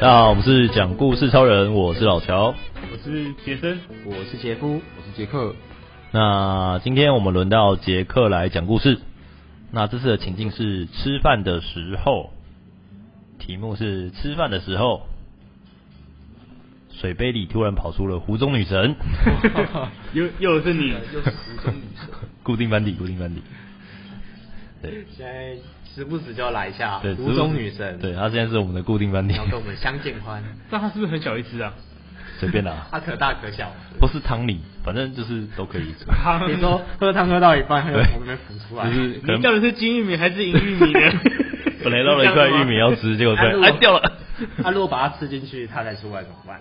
大家好，我们是讲故事超人，我是老乔。我是杰 森，我是杰夫，我是杰克。那今天我们轮到杰克来讲故事。那这次的情境是吃饭的时候，题目是吃饭的时候，水杯里突然跑出了湖中女 神。又又是你，又是湖中女神，固定班底，固定班底。对现在时不时就要来一下对，湖中女神，对，她现在是我们的固定班底你要，跟我们相见欢，那他是不是很小一只啊？ 随便 啦，它可大 可小。不是汤里，反正就是都可 以。 你说喝汤喝到一半，它就对从那边浮出来就，是可你能？到底是金玉米还是银玉 米呢本来捞了一块玉米要吃，结果突啊然如果哎掉 了。它啊如果把它吃进去，它才出来怎么办？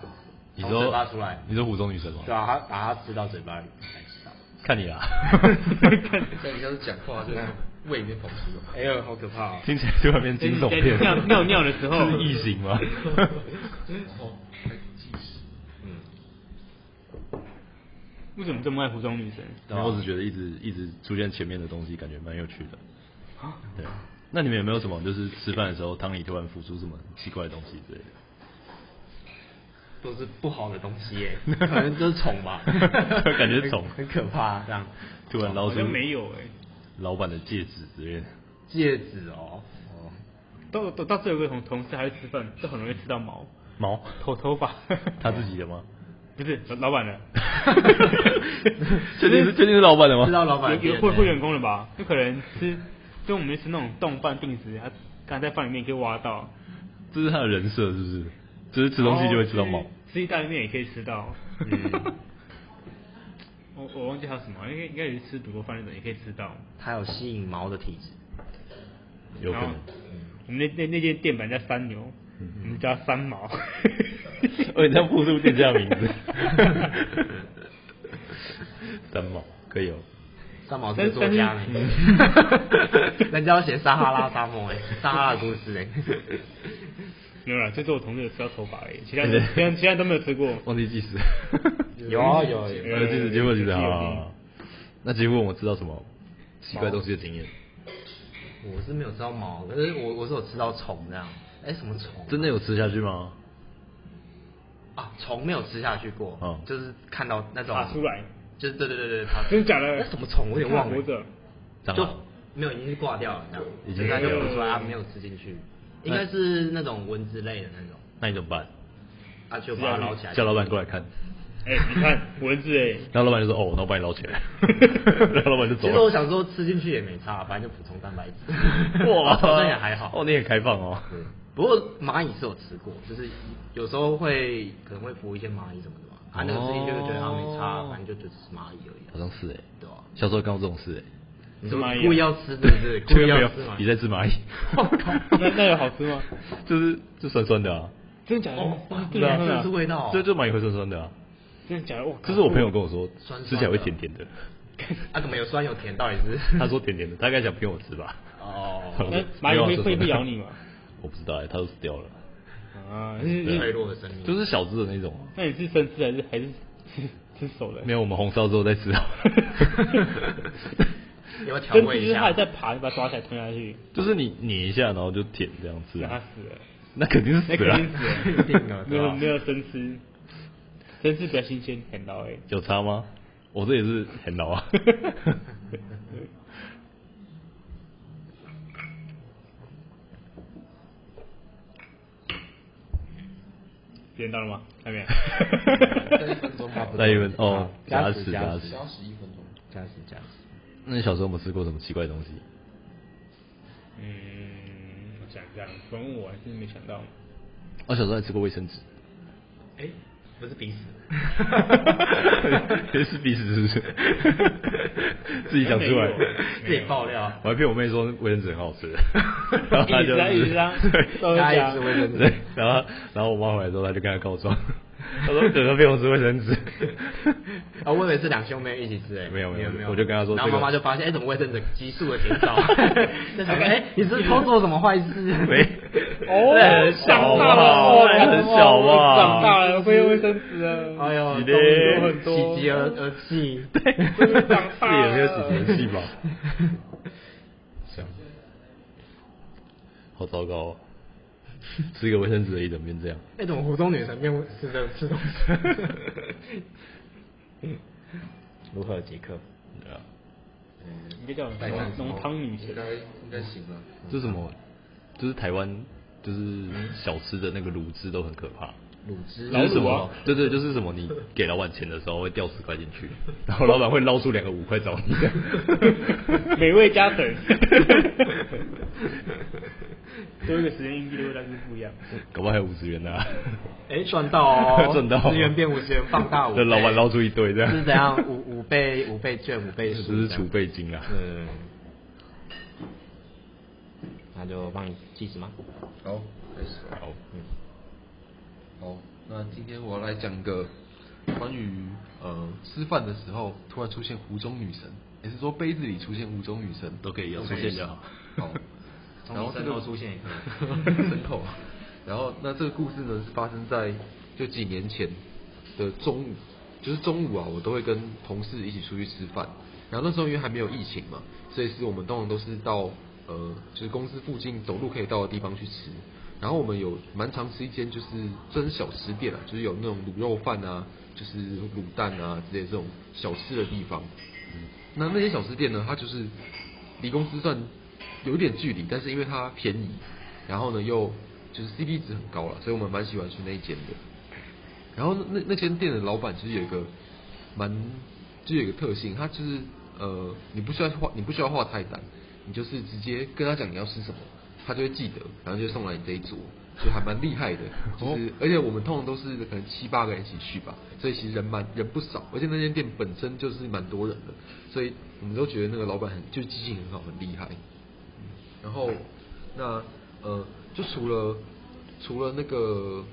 你从嘴说巴出来，你说湖中女神吗？对啊，它把它吃到嘴巴里才知道。看你啊 啦，像你要是讲 话就是胃里面跑出来，哎呦，好可怕啊！听起来就那边惊悚片。尿尿尿的时候啊是异形 吗？哦，还计时，嗯为什么这么爱湖中女神？然后我只觉得一直一直出现前面的东西，感觉蛮有趣的。啊对，那你们有没有什么就是吃饭的时候汤里突然浮出什么奇怪的东西之类的？，都是不好的东西 耶，可能就是虫吧 感觉虫很很可怕这样。突然捞好出像没有哎、老板的戒指之 类的，戒指哦，哦，都都到这有个同同事还会吃饭，都很容易吃到毛毛，头头发， 他自己的 吗？不是老老板 的，确定是确定是老板的吗？知道老板的有有店会呢会员工的吧？就可能吃，就我们吃那种冻饭定时，他刚在饭里面可以挖到，这是他的人设，是不是？就是吃东西就会吃到毛然后。吃，吃意大利面也哦可以吃到。嗯 我我忘记还有什么，应该应该也是吃德国饭那种也可以吃到。它有吸引毛的体质。有可然后能。我们那那那间店板叫三牛，我们叫它三毛。嗯 哦，你这样复述店家的名 字，三毛可以哦。三毛是作家呢但是， 人家要写撒哈拉沙漠哎， 撒哈拉的故事哎， 没有啦，就是我同事有吃到头发而已，其他人其他其他人都没有吃过。 忘记计时， 有啊有啊有有呃，计时，结果计时有有有啊。那结果我知道什么奇怪东西的经验？我是没有吃到毛，可是我我是有吃到虫这样，哎什么虫？真的有吃下去吗？啊虫没有吃下去过嗯，就是看到那种爬出来，就是对对对对，爬出来真的假的那什么虫我有点忘还活着了，蟑就螂。没有已经是挂掉了这样，已经人家就挂掉不出来了啊没有吃进去，应该是那种蚊子类的那种，那你怎么办？啊就把它捞起来，叫老板过来看，哎、你看蚊子哎、然后老板就说：“哦，那我帮你 捞起来。”然后老板就走其实我了。想说吃进去也没差，反正就补充蛋白质。 哇，好像也还好。哦，你也开放哦。对，不过蚂蚁是有吃过，就是有时候会可能会孵一些蚂蚁什么的嘛，啊，那个事情就会觉得它没差，哦反正就只吃蚂蚁而已、好啊，像是哎，对啊？小时候干过这种事哎。你说蚂蚁啊故意要吃是不 是？故意没要有吃蚂你蚁？在吃蚂蚁。那那有好吃吗？ 就是就酸酸的啊，真的假的？哦哇真的假真的的是味道哦这就蚂蚁会酸酸的啊。啊真的假的？哇，这是我朋友跟我说酸酸，的吃起来会甜甜的。啊，怎么有酸有甜？到底是？他说甜甜的，大概想骗我吃吧。 哦，那蚂蚁啊会会不咬你吗？我不知道哎，它都死掉了， 啊，你你脆弱的生命，就是小只的那种啊。那你是生吃还是还是吃吃熟的？没有，我们红烧之后再吃啊。 要不要调生味吃一是它下还？在爬，你把它抓起来吞下去，就是你碾一下，然后就舔这样吃让它啊。死了，那肯定是那死肯了啊。定死了，一定 的没对有吧没有生吃，生吃比较新鲜，很老哎。有差吗？我这也是很老啊。 时间到了吗？还没有。一分钟吧，那一份哦，加牙齿齿加牙齿齿。消十一分钟，加时加时，那你小时候有没有吃过什么奇怪的东西？嗯，我想一下，反问我还是没想到。我小时候还吃过卫生纸。哎、不是鼻屎， 也是鼻屎，是不是？自己讲出来， 自己爆料，我还骗我妹说卫生纸很好吃， 然后她就一直啊一直啊都对，会加加一次卫生纸对，，然后然后我妈回来之后，她就跟她告 状，她说怎么骗我吃卫生纸？啊，我以为是两兄妹一起吃诶、欸没有没有没有，我就跟他说然后这个妈妈就发现，哎、怎么卫生纸急速 的减少？就想说，哎、你是偷做什么坏事？没，哦那很小长大了哇，哦那很小哇，长大了会用卫生纸了。 哎呦，喜动作嘞很多，喜极而而泣。长大是也了是有些死神气吧？好糟糕、哦，吃一个卫生纸而已，怎么变这样？哎、怎么湖中女神变吃的嗯吃东 西？如何杰克？对啊，你就叫带上浓浓汤女应神。该应该行啊了。这什么？就是台湾就是小吃的那个卤汁都很可怕。卤汁就是什老么卤啊？对对，就是什么？你给老板钱的时候会掉十块进去， 然后老板会捞出两个五块找你。 美味加成，多一个时间硬币的味道就是不一样。 搞不好还有五十元呢、，哎、赚到 哦赚到十元变五十元，放大五倍。这老板捞出一堆这样是怎样？五五倍五倍券，五倍这数这是样，储备嗯金啊。嗯，那就帮你计时吗？好，开始。嗯好，好，那今天我要来讲一个关于呃吃饭的时候突然出现湖中女神，也是说杯子里出现湖中女神都可以有出现就好。好，从然后你这身个后出现也可 以 身后，然后那这个故事呢是发生在就几年前的中午，就是中午啊，我都会跟同事一起出去吃饭。然后那时候因为还没有疫情嘛，所以是我们通常都是到呃，就是公司附近走路可以到的地方去吃。然后我们有蛮常吃一间就是真小吃店啊，就是有那种卤肉饭啊，就是卤蛋啊之类的这种小吃的地方。那那些小吃店呢，它就是离公司算有一点距离，但是因为它便宜，然后呢又就是 CP 值很高了，所以我们蛮喜欢去那一间的。然后那那那间店的老板其实有一个蛮，就有一个特性，他就是呃，你不需要画，你不需要画菜单，你就是直接跟他讲你要吃什么，他就会记得，然后就送来你这一桌，就还蛮厉害的。就是、而且我们通常都是可能七八个人一起去吧，所以其实人蛮人不少，而且那间店本身就是蛮多人的，所以我们都觉得那个老板很就记性很好，很厉害。然后那呃，就除了除了那个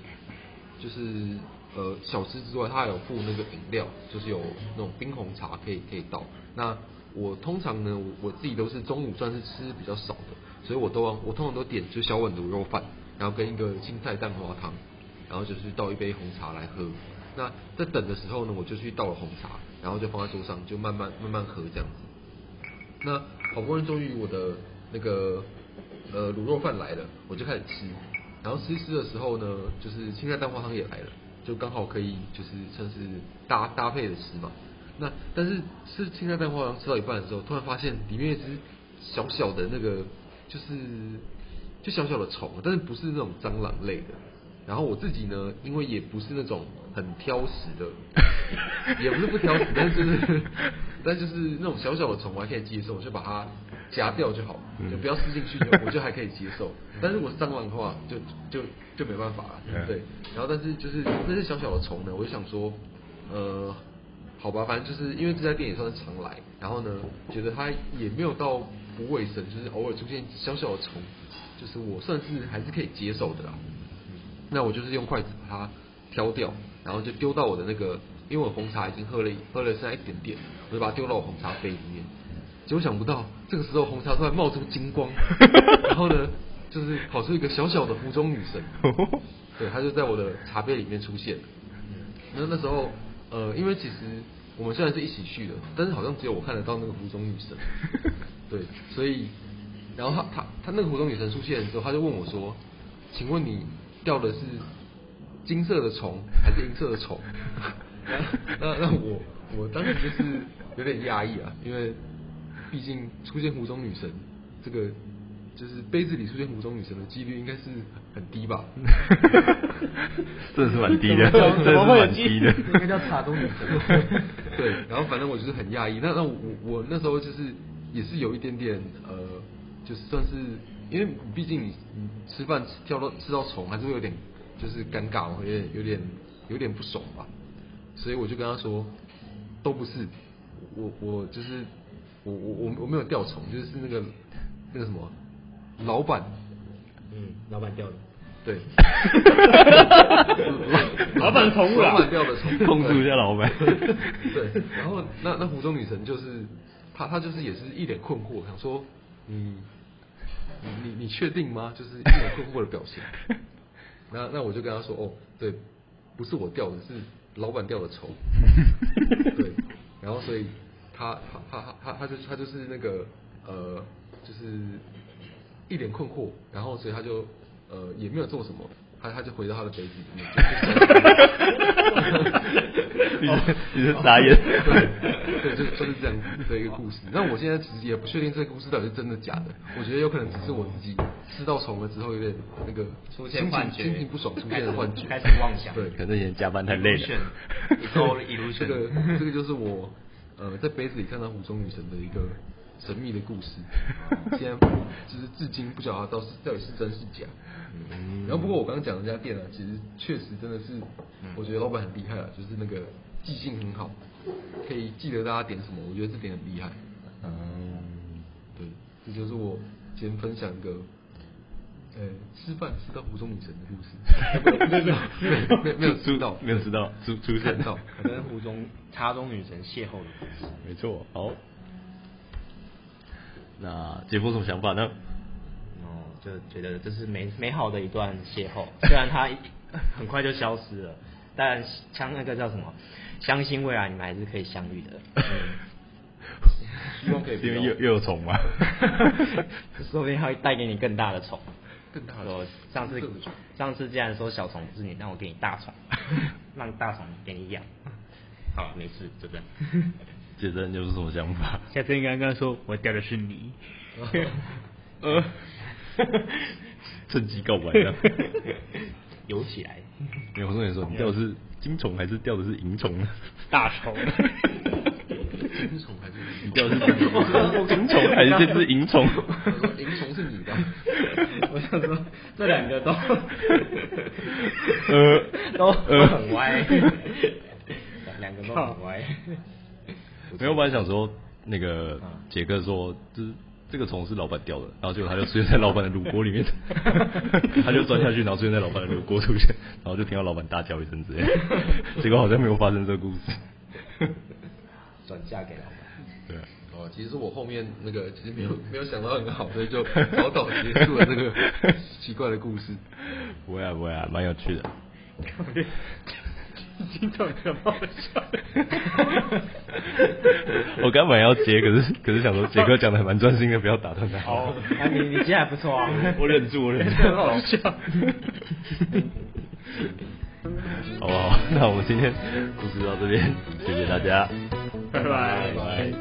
就是呃小吃之外，它还有附那个饮料，就是有那种冰红茶可以可以倒。那我通常呢，我我自己都是中午算是吃比较少的，所以我都我通常都点就小碗卤肉饭，然后跟一个青菜蛋花汤，然后就是倒一杯红茶来喝。那在等的时候呢，我就去倒了红茶，然后就放在桌上，就慢慢慢慢喝这样子。那好不容易终于我的那个呃卤肉饭来了，我就开始吃。然后吃吃的时候呢，就是青菜蛋花汤也来了，就刚好可以就是算是搭搭配着吃嘛。那但是吃青菜蛋花汤吃到一半的时候，突然发现里面有一只小小的那个就是就小小的虫，啊但是不是那种蟑螂类的。然后我自己呢，因为也不是那种很挑食的，也不是不挑食，但是就是，但就是那种小小的虫我还可以接受，我就把它夹掉就好，就不要吃进去就好，我就还可以接受。但是我是蟑螂的话，就就就没办法了，对。然后但是就是那些小小的虫呢，我就想说，呃，好吧，反正就是因为这家店也算是常来，然后呢，觉得它也没有到不卫生，就是偶尔出现小小的虫，就是我算是还是可以接受的啦。那我就是用筷子把它挑掉，然后就丢到我的那个，因为我红茶已经喝了一喝了剩下一点点，我就把它丢到我红茶杯里面。结果想不到，这个时候红茶突然冒出金光，然后呢，就是跑出一个小小的湖中女神，对，它就在我的茶杯里面出现了。那那时候，呃，因为其实我们虽然是一起去的，但是好像只有我看得到那个湖中女神，对，所以，然后她她她那个湖中女神出现的时候，她就问我说：“请问你钓的是金色的虫还是银色的虫？”那那我我当时就是有点压抑啊，因为毕竟出现湖中女神这个。就是杯子里出现湖中女神的几率应该是很低吧？ 真的是蛮低的，怎么 真的是蛮怎么会有低的。 应该叫茶中女 神。 对，然后反正我就是很压抑。那那我我那时候就是也是有一点点呃，就是算是因为毕竟你你吃饭吃跳到吃到虫，还是会有点就是尴尬嘛，有点有点有点不爽吧。所以我就跟他说，都不是，我我就是我我我我没有掉虫，就是那个那个什么老板嗯，老板掉了。对，老板宠物老啦板，掉的虫，控制一下老板。对，然后那那湖中女神就是她，她就是也是一脸困惑，想说嗯你你你你确定吗？就是一脸困惑的表情。那那我就跟她说哦，对，不是我掉的，是老板掉的仇。对，然后所以她她她她她她就她就是那个呃，就是一脸困惑，然后所以他就呃也没有做什么，他他就回到他的杯子里面。 就是你是你是傻眼 对，对，就就是这样子的一个故事。那我现在其实也不确定这个故事到底是真的假的，我觉得有可能只是我自己吃到虫了之后有点那个出现心幻情觉心情不爽出现了幻觉，开始开始妄想 哦对，可能也加班太累了。 It's all illusion 这个这个就是我呃在杯子里看到湖中女神的一个神秘的故 事，现在就是至今不晓得它到底是到底是真是假。嗯然后不过我刚刚讲的那家店啊，其实确实真的是，嗯我觉得老板很厉害啊，就是那个记性很好，可以记得大家点什么，我觉得这点很厉害。嗯，对，这就是我今天分享一个，呃，吃饭吃到湖中女神的 故事。没有没有没有吃到，没有吃到出出现看到，跟湖中茶中女神邂逅的故事。没错。好，那姐夫有什么想法呢？哦，就觉得这是美美好的一段邂逅，虽然它很快就消失了，但像那个叫什么，相信未来你们还是可以相遇的。嗯希望可以不是因为要又又有虫 吗？ 说不定它会带给你更大的宠。更大的我上次更大的宠上次既然说小虫不是你，那我给你大 虫，让大虫给你养。嗯好了，没事，就 这样。 姐真有什么想法？下次应该跟他说，我掉的是你。呃，趁机告白 的。游起 来，没有，我跟你说，你钓的是金虫还是钓的是银虫呢？大虫金虫还是你钓的是金虫还是这只银虫？ 我说银虫是你的，我想说 这两个都呃都呃很歪， 两个都很歪。没有，我本来想说那个杰克说，就是这个虫是老板钓的，然后结果他就出现在老板的卤锅里面， 他就钻下去，然后出现在老板的卤锅出现，然后就听到老板大叫一声之类的，结果好像没有发生这个故事。 转嫁给老板，对， 啊哦，其实我后面那个其实没有没有想到很好，所以就早早结束了这个奇怪的故事。不会啊，不会啊，蛮有趣的。金虫怎么笑？ 我刚本来要接，可是可是想说杰哥讲的还蛮专心的，不要打断他。哦，啊你你今天还不错啊， 我忍住，我忍住，很 好笑。 好不好？那我们今天故事到这边，谢谢大家，拜拜。拜。